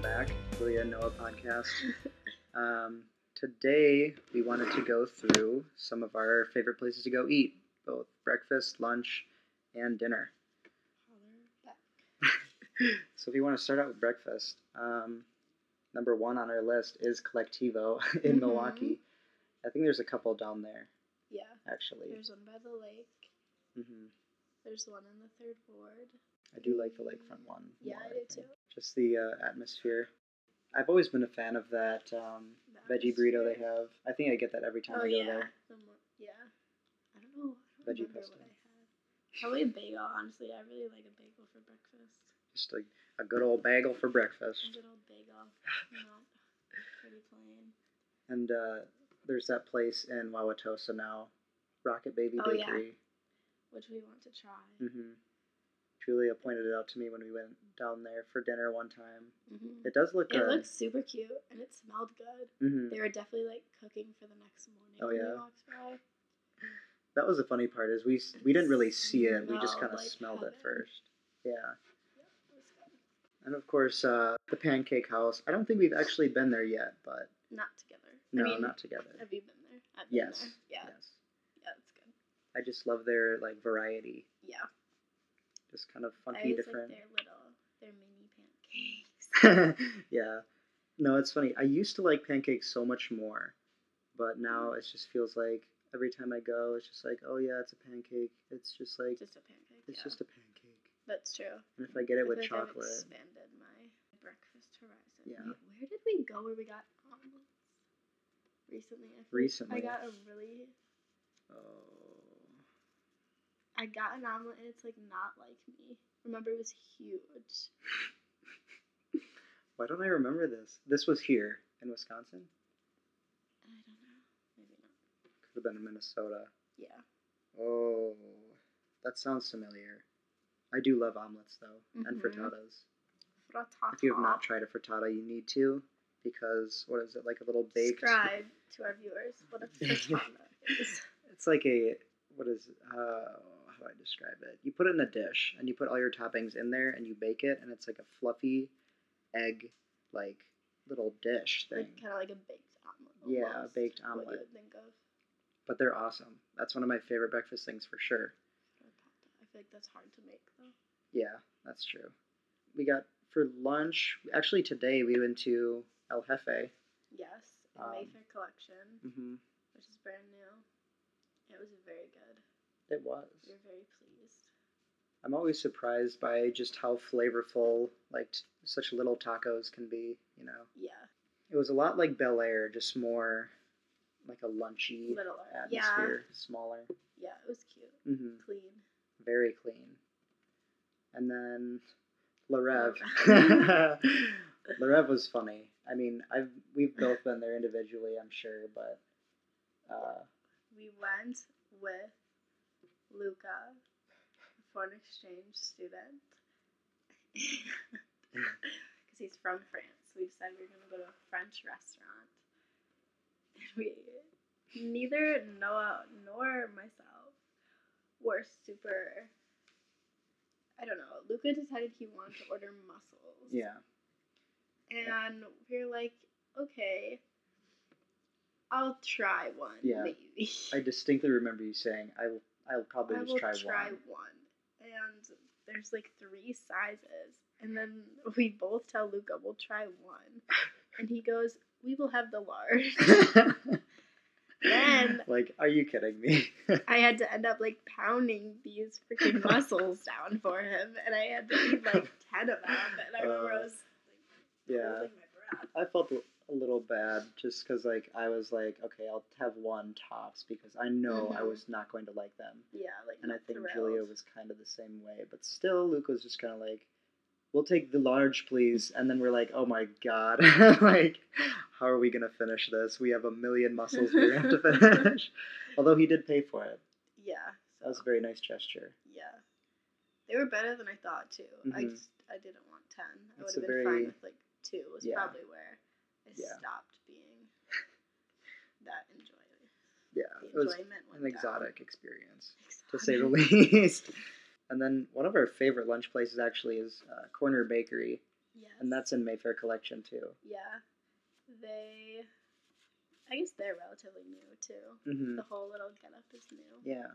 to the Noah podcast. Um, today, we wanted to go through some of our favorite places to go eat, both breakfast, lunch, and dinner. So, if you want to start out with breakfast, um, number one on our list is Collectivo in Mhm. Milwaukee. I think there's a couple down there, Yeah. actually. There's one by the lake. hmm There's one in the third ward. I do like the lakefront one. Yeah, more, I think. do too. Just the uh, atmosphere. I've always been a fan of that um, The veggie burrito they atmosphere. have. I think I get that every time Oh I go yeah. there. The mo- yeah. I don't know. I don't Veggie remember pesto. what I had. Probably a bagel. Honestly, I really like a bagel for breakfast. Just like a good old bagel for breakfast. A good old bagel. You know, pretty plain. And uh, there's that place in Wauwatosa now, Rocket Baby Oh, yeah. Bakery. Which we want to try. hmm Julia pointed it out to me when we went down there for dinner one time. Mhm. It does look It good. looked super cute and it smelled good. Mhm. They were definitely like cooking for the next morning Oh, when yeah? we walked by. That was the funny part is we s- we didn't really see it. We just Smelled kind of like smelled heaven. it first. Yeah. It was good. And of course, uh, the Pancake House. I don't think we've actually been there yet, but Not together. no, I mean, not together. Have you been there? I've been Yes. There. Yeah. Yes. Yeah, it's good. I just love their like variety, Yeah. just kind of I funky, always different. like their little, their mini pancakes. yeah. No, it's funny. I used to like pancakes so much more, but now it just feels like every time I go, it's just like, oh yeah, it's a pancake. It's just like just a pancake. it's yeah. just a pancake. That's true. And if I get it I with feel like chocolate, I've expanded my breakfast horizon. Yeah. Wait, where did we go where we got omelets? Recently. I feel like Recently. I got a really. oh, I got an omelet and it's like not like me. Remember, it was huge. why don't I remember this? This was here in Wisconsin. I don't know. Maybe not. Could have been in Minnesota. Yeah. Oh, that sounds familiar. I do love omelets though, and Mhm. frittatas. Frittata. If you have not tried a frittata, you need to because what is it like a little baked? Describe to our viewers what a frittata is. It's like a what is uh, how do I describe it? You put it in a dish and you put all your toppings in there and you bake it and it's like a fluffy egg like little dish thing. Like kind of like a baked omelet. Yeah, a almost, baked What omelet. you would think of But they're awesome. That's one of my favorite breakfast things for sure. frittata. I feel like that's hard to make though. Yeah, that's true. We got for lunch actually today we went to El Jefe. Yes, in Um, Mayfair collection, hmm which is brand new. It was very good. It was. We were very pleased. I'm always surprised by just how flavorful like t- such little tacos can be. You know, Yeah, it was a lot like Bel Air, just more like a lunchy littler. Yeah, atmosphere, smaller, yeah, it was cute, hmm clean. very clean. And then La Rev. La La Rev was funny. I mean, I've we've both been there individually, I'm sure, but uh, We went with Luca, a foreign exchange student, because he's from France. We decided we were going to go to a French restaurant. And we, neither Noah nor myself were super. I don't know. Luca decided he wanted to order mussels. yeah, And we were like, okay, I'll try one, Yeah. maybe. I distinctly remember you saying I will. I'll probably I just will try, try, one. one. And there's like three sizes. And then we both tell Luca we'll try one. And he goes, We will have the large. Then- like, are you kidding me? I had to end up like pounding these freaking muscles down for him. And I had to eat like 10 of them. And I remember I was Uh, like, yeah. holding my breath. I felt a a little bad just because, like, I was like, okay, I'll have one tops because I know I Mhm. was not going to like them, Yeah, like, and I think thrilled. Julia was kind of the same way. But still, Luke was just kind of like, "We'll take the large, please," and then we're like, "Oh my god, like, how are we gonna finish this? We have a million muscles we have to finish." Although he did pay for it, Yeah. that was so- a very nice gesture. Yeah. They were better than I thought too. I Mhm. just I didn't want ten. I would It's a have very- been fine with like two was Yeah. probably where I Yeah. stopped being that enjoy Yeah, the it was enjoyment went an exotic experience. to down. say the least. And then one of our favorite lunch places actually is uh, Corner Bakery Yes. and that's in Mayfair Collection too. yeah. They. I guess they're relatively new too. hmm The whole little getup is new. Yeah,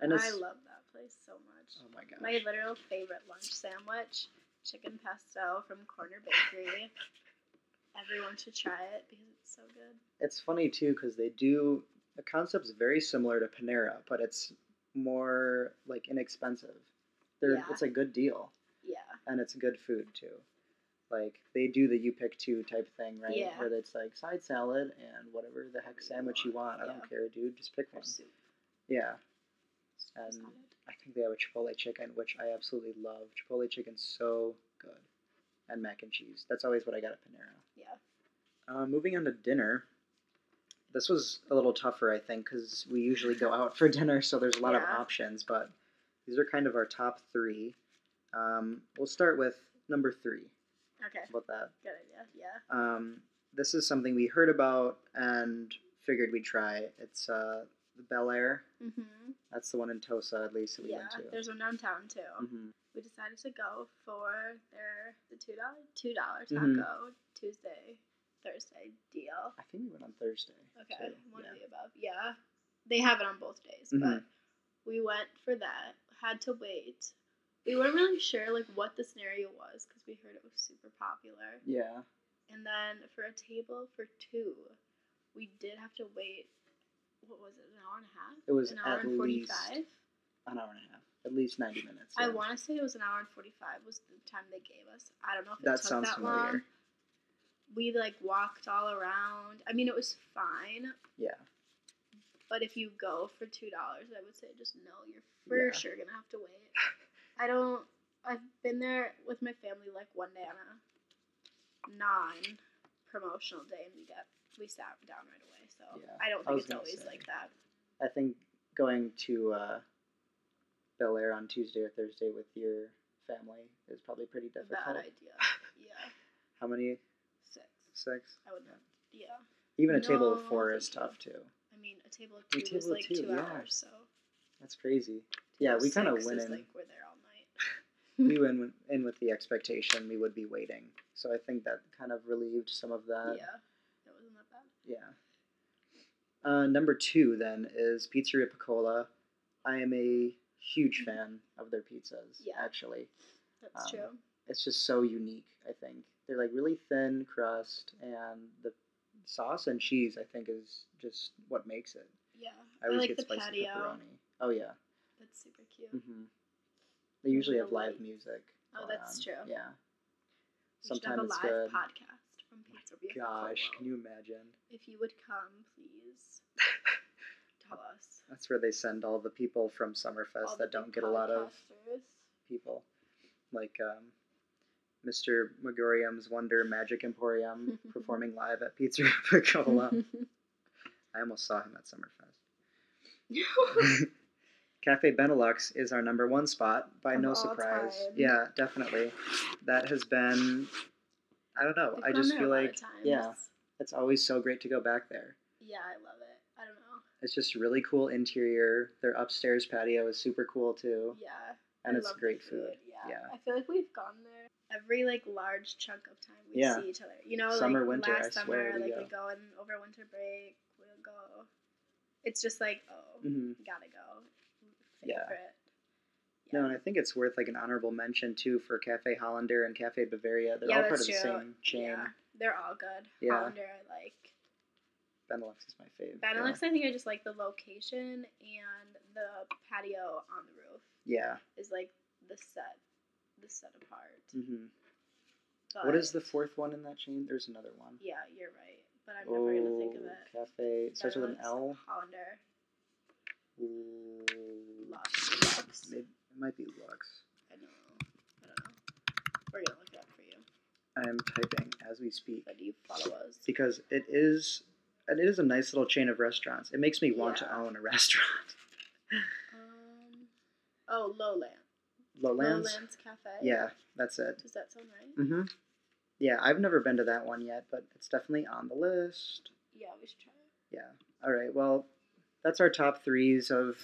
and it's Oh. I love that place so much. oh my gosh, My literal favorite lunch sandwich, chicken pastel from Corner Bakery. Everyone should try it because it's so good. it's funny too because they do the concept's very similar to Panera, but it's more like inexpensive. They're, Yeah. It's a good deal, Yeah. and it's good food too. Like they do the you pick two type thing, right? Yeah. Where it's like side salad and whatever the heck sandwich you want. I Yeah. don't care, dude. Just pick Or one. soup. Yeah. Or Um, salad. I think they have a Chipotle chicken, which I absolutely love. Chipotle chicken's so good. And mac and cheese. That's always what I got at Panera. Yeah. Uh, moving on to dinner. This was a little tougher, I think, because we usually go out for dinner, so there's a lot of Yeah. options, but these are kind of our top three. Um, we'll start with number three. Okay. How about that? Good idea. Yeah. Um, this is something we heard about and figured we'd try. It's uh, the Bel Air. Mm-hmm. That's the one in Tosa, at least, that we Yeah. went to. There's one downtown too. Mhm. we decided to go for their the two dollar two dollar taco Mhm. Tuesday Thursday deal. I think we went on Thursday. Okay, too. one Yeah. of the above. Yeah, they have it on both days, but Mhm. we went for that. Had to wait. We weren't really sure like what the scenario was because we heard it was super popular. Yeah. And then for a table for two, we did have to wait. What was it? An hour and a half. It was an hour at and least- forty-five. An hour and a half. At least 90 minutes. I yeah. want to say it was an hour and 45 was the time they gave us. I don't know if it That took sounds that familiar. long. We like walked all around. I mean, it was fine, Yeah. but if you go for two dollars, I would say just no. You're for Yeah. sure gonna have to wait. I don't. I've been there with my family like one day on a non-promotional day, and we got we sat down right away. So Yeah, I don't I think was it's gonna always say. like that. I think going to uh, Bel Air on Tuesday or Thursday with your family is probably pretty Bad difficult. idea. yeah, How many? six. Six? I would not. Yeah. Even a table No, of four is thank you. tough, too. I mean, a table of A two is table of like two, two, yeah. hours, so That's crazy. Yeah, we kind of six went is, in. Like we're there all night. we went in with the expectation we would be waiting. So I think that kind of relieved some of that. yeah, it wasn't that bad. Yeah. Uh, number two then is Pizzeria Piccola. I am a huge fan of their pizzas. Mm-hmm. Yeah. Actually, That's Um, true. it's just so unique. I think they're like really thin crust, and the sauce and cheese I think is just what makes it. Yeah, I I, always get like the spicy patio. pepperoni. Oh yeah. That's super cute. hmm They usually the have live lights. music. Oh, going that's on. true. Yeah. we should have Sometimes a it's live good. podcast from Pizza Via Gosh, Piccolo. can you imagine? If you would come, please tell us. That's where they send all the people from Summerfest all the that don't big get a lot of podcasters. people, like um, Mr. Megorium's Wonder Magic Emporium performing live at Pizzeria Piccola. I almost saw him at Summerfest. Cafe Benelux is our number one spot by Of no all surprise. time. Yeah, definitely. That has been. I don't know. We've I gone just there a feel lot of like yeah. times. it's always so great to go back there. Yeah, I love it. I don't know. It's just really cool interior. Their upstairs patio is super cool too, Yeah. and I it's love the great food. Yeah. Yeah. I feel like we've gone there every like large chunk of time we Yeah. see each other. You know, Summer, like winter, last I summer, swear we like go. we go in over winter break, we'll go. It's just like, oh, hmm gotta go. Yeah. Favorite. Yeah. No, and I think it's worth like an honorable mention too for Cafe Hollander and Cafe Bavaria. They're Yeah, all part of that's the true. same chain. Yeah. They're all good. Yeah. Hollander I like. Benelux is my favorite. Benelux, I think I just like the location and the patio on the roof Yeah. is like the set the set apart. hmm But, What is the fourth one in that chain? There's another one. Yeah, you're right. But I'm never gonna think of Oh, it. Cafe it starts with an Benelux, L. Hollander. Lux. Lux. Lux. Maybe, it might be Lux. I don't know. I don't know. We're gonna look it up for you. I am typing as we speak But do you follow us? because it is, and it is a nice little chain of restaurants. It makes me want to Yeah. own a restaurant. Um. Oh, Lowland. Lowlands. Lowlands Cafe. Yeah, that's it. Does that sound right? Mm-hmm. Yeah, I've never been to that one yet, but it's definitely on the list. Yeah, we should try it. Yeah. All right. Well, that's our top threes of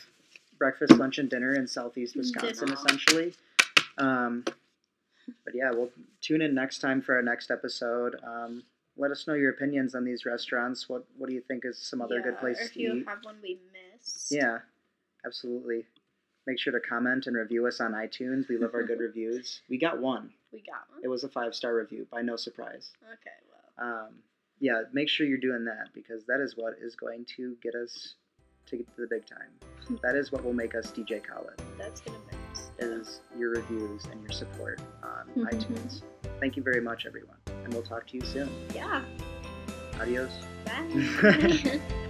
breakfast, lunch, and dinner in Southeast Wisconsin, Dinner. essentially. Um, But yeah, we'll tune in next time for our next episode. Um, let us know your opinions on these restaurants. What What do you think is some other good Yeah, place Or if to you eat? have one we missed. Yeah, absolutely. Make sure to comment and review us on iTunes. We love our good reviews. We got one. We got one. It was a five star review, by no surprise. Okay, well. Um, yeah, make sure you're doing that because that is what is going to get us to get to the big time. that is what will make us DJ Khaled That's gonna make us. is your reviews and your support on Mhm. iTunes. Thank you very much, everyone, and we'll talk to you soon. Yeah. Adios. Bye.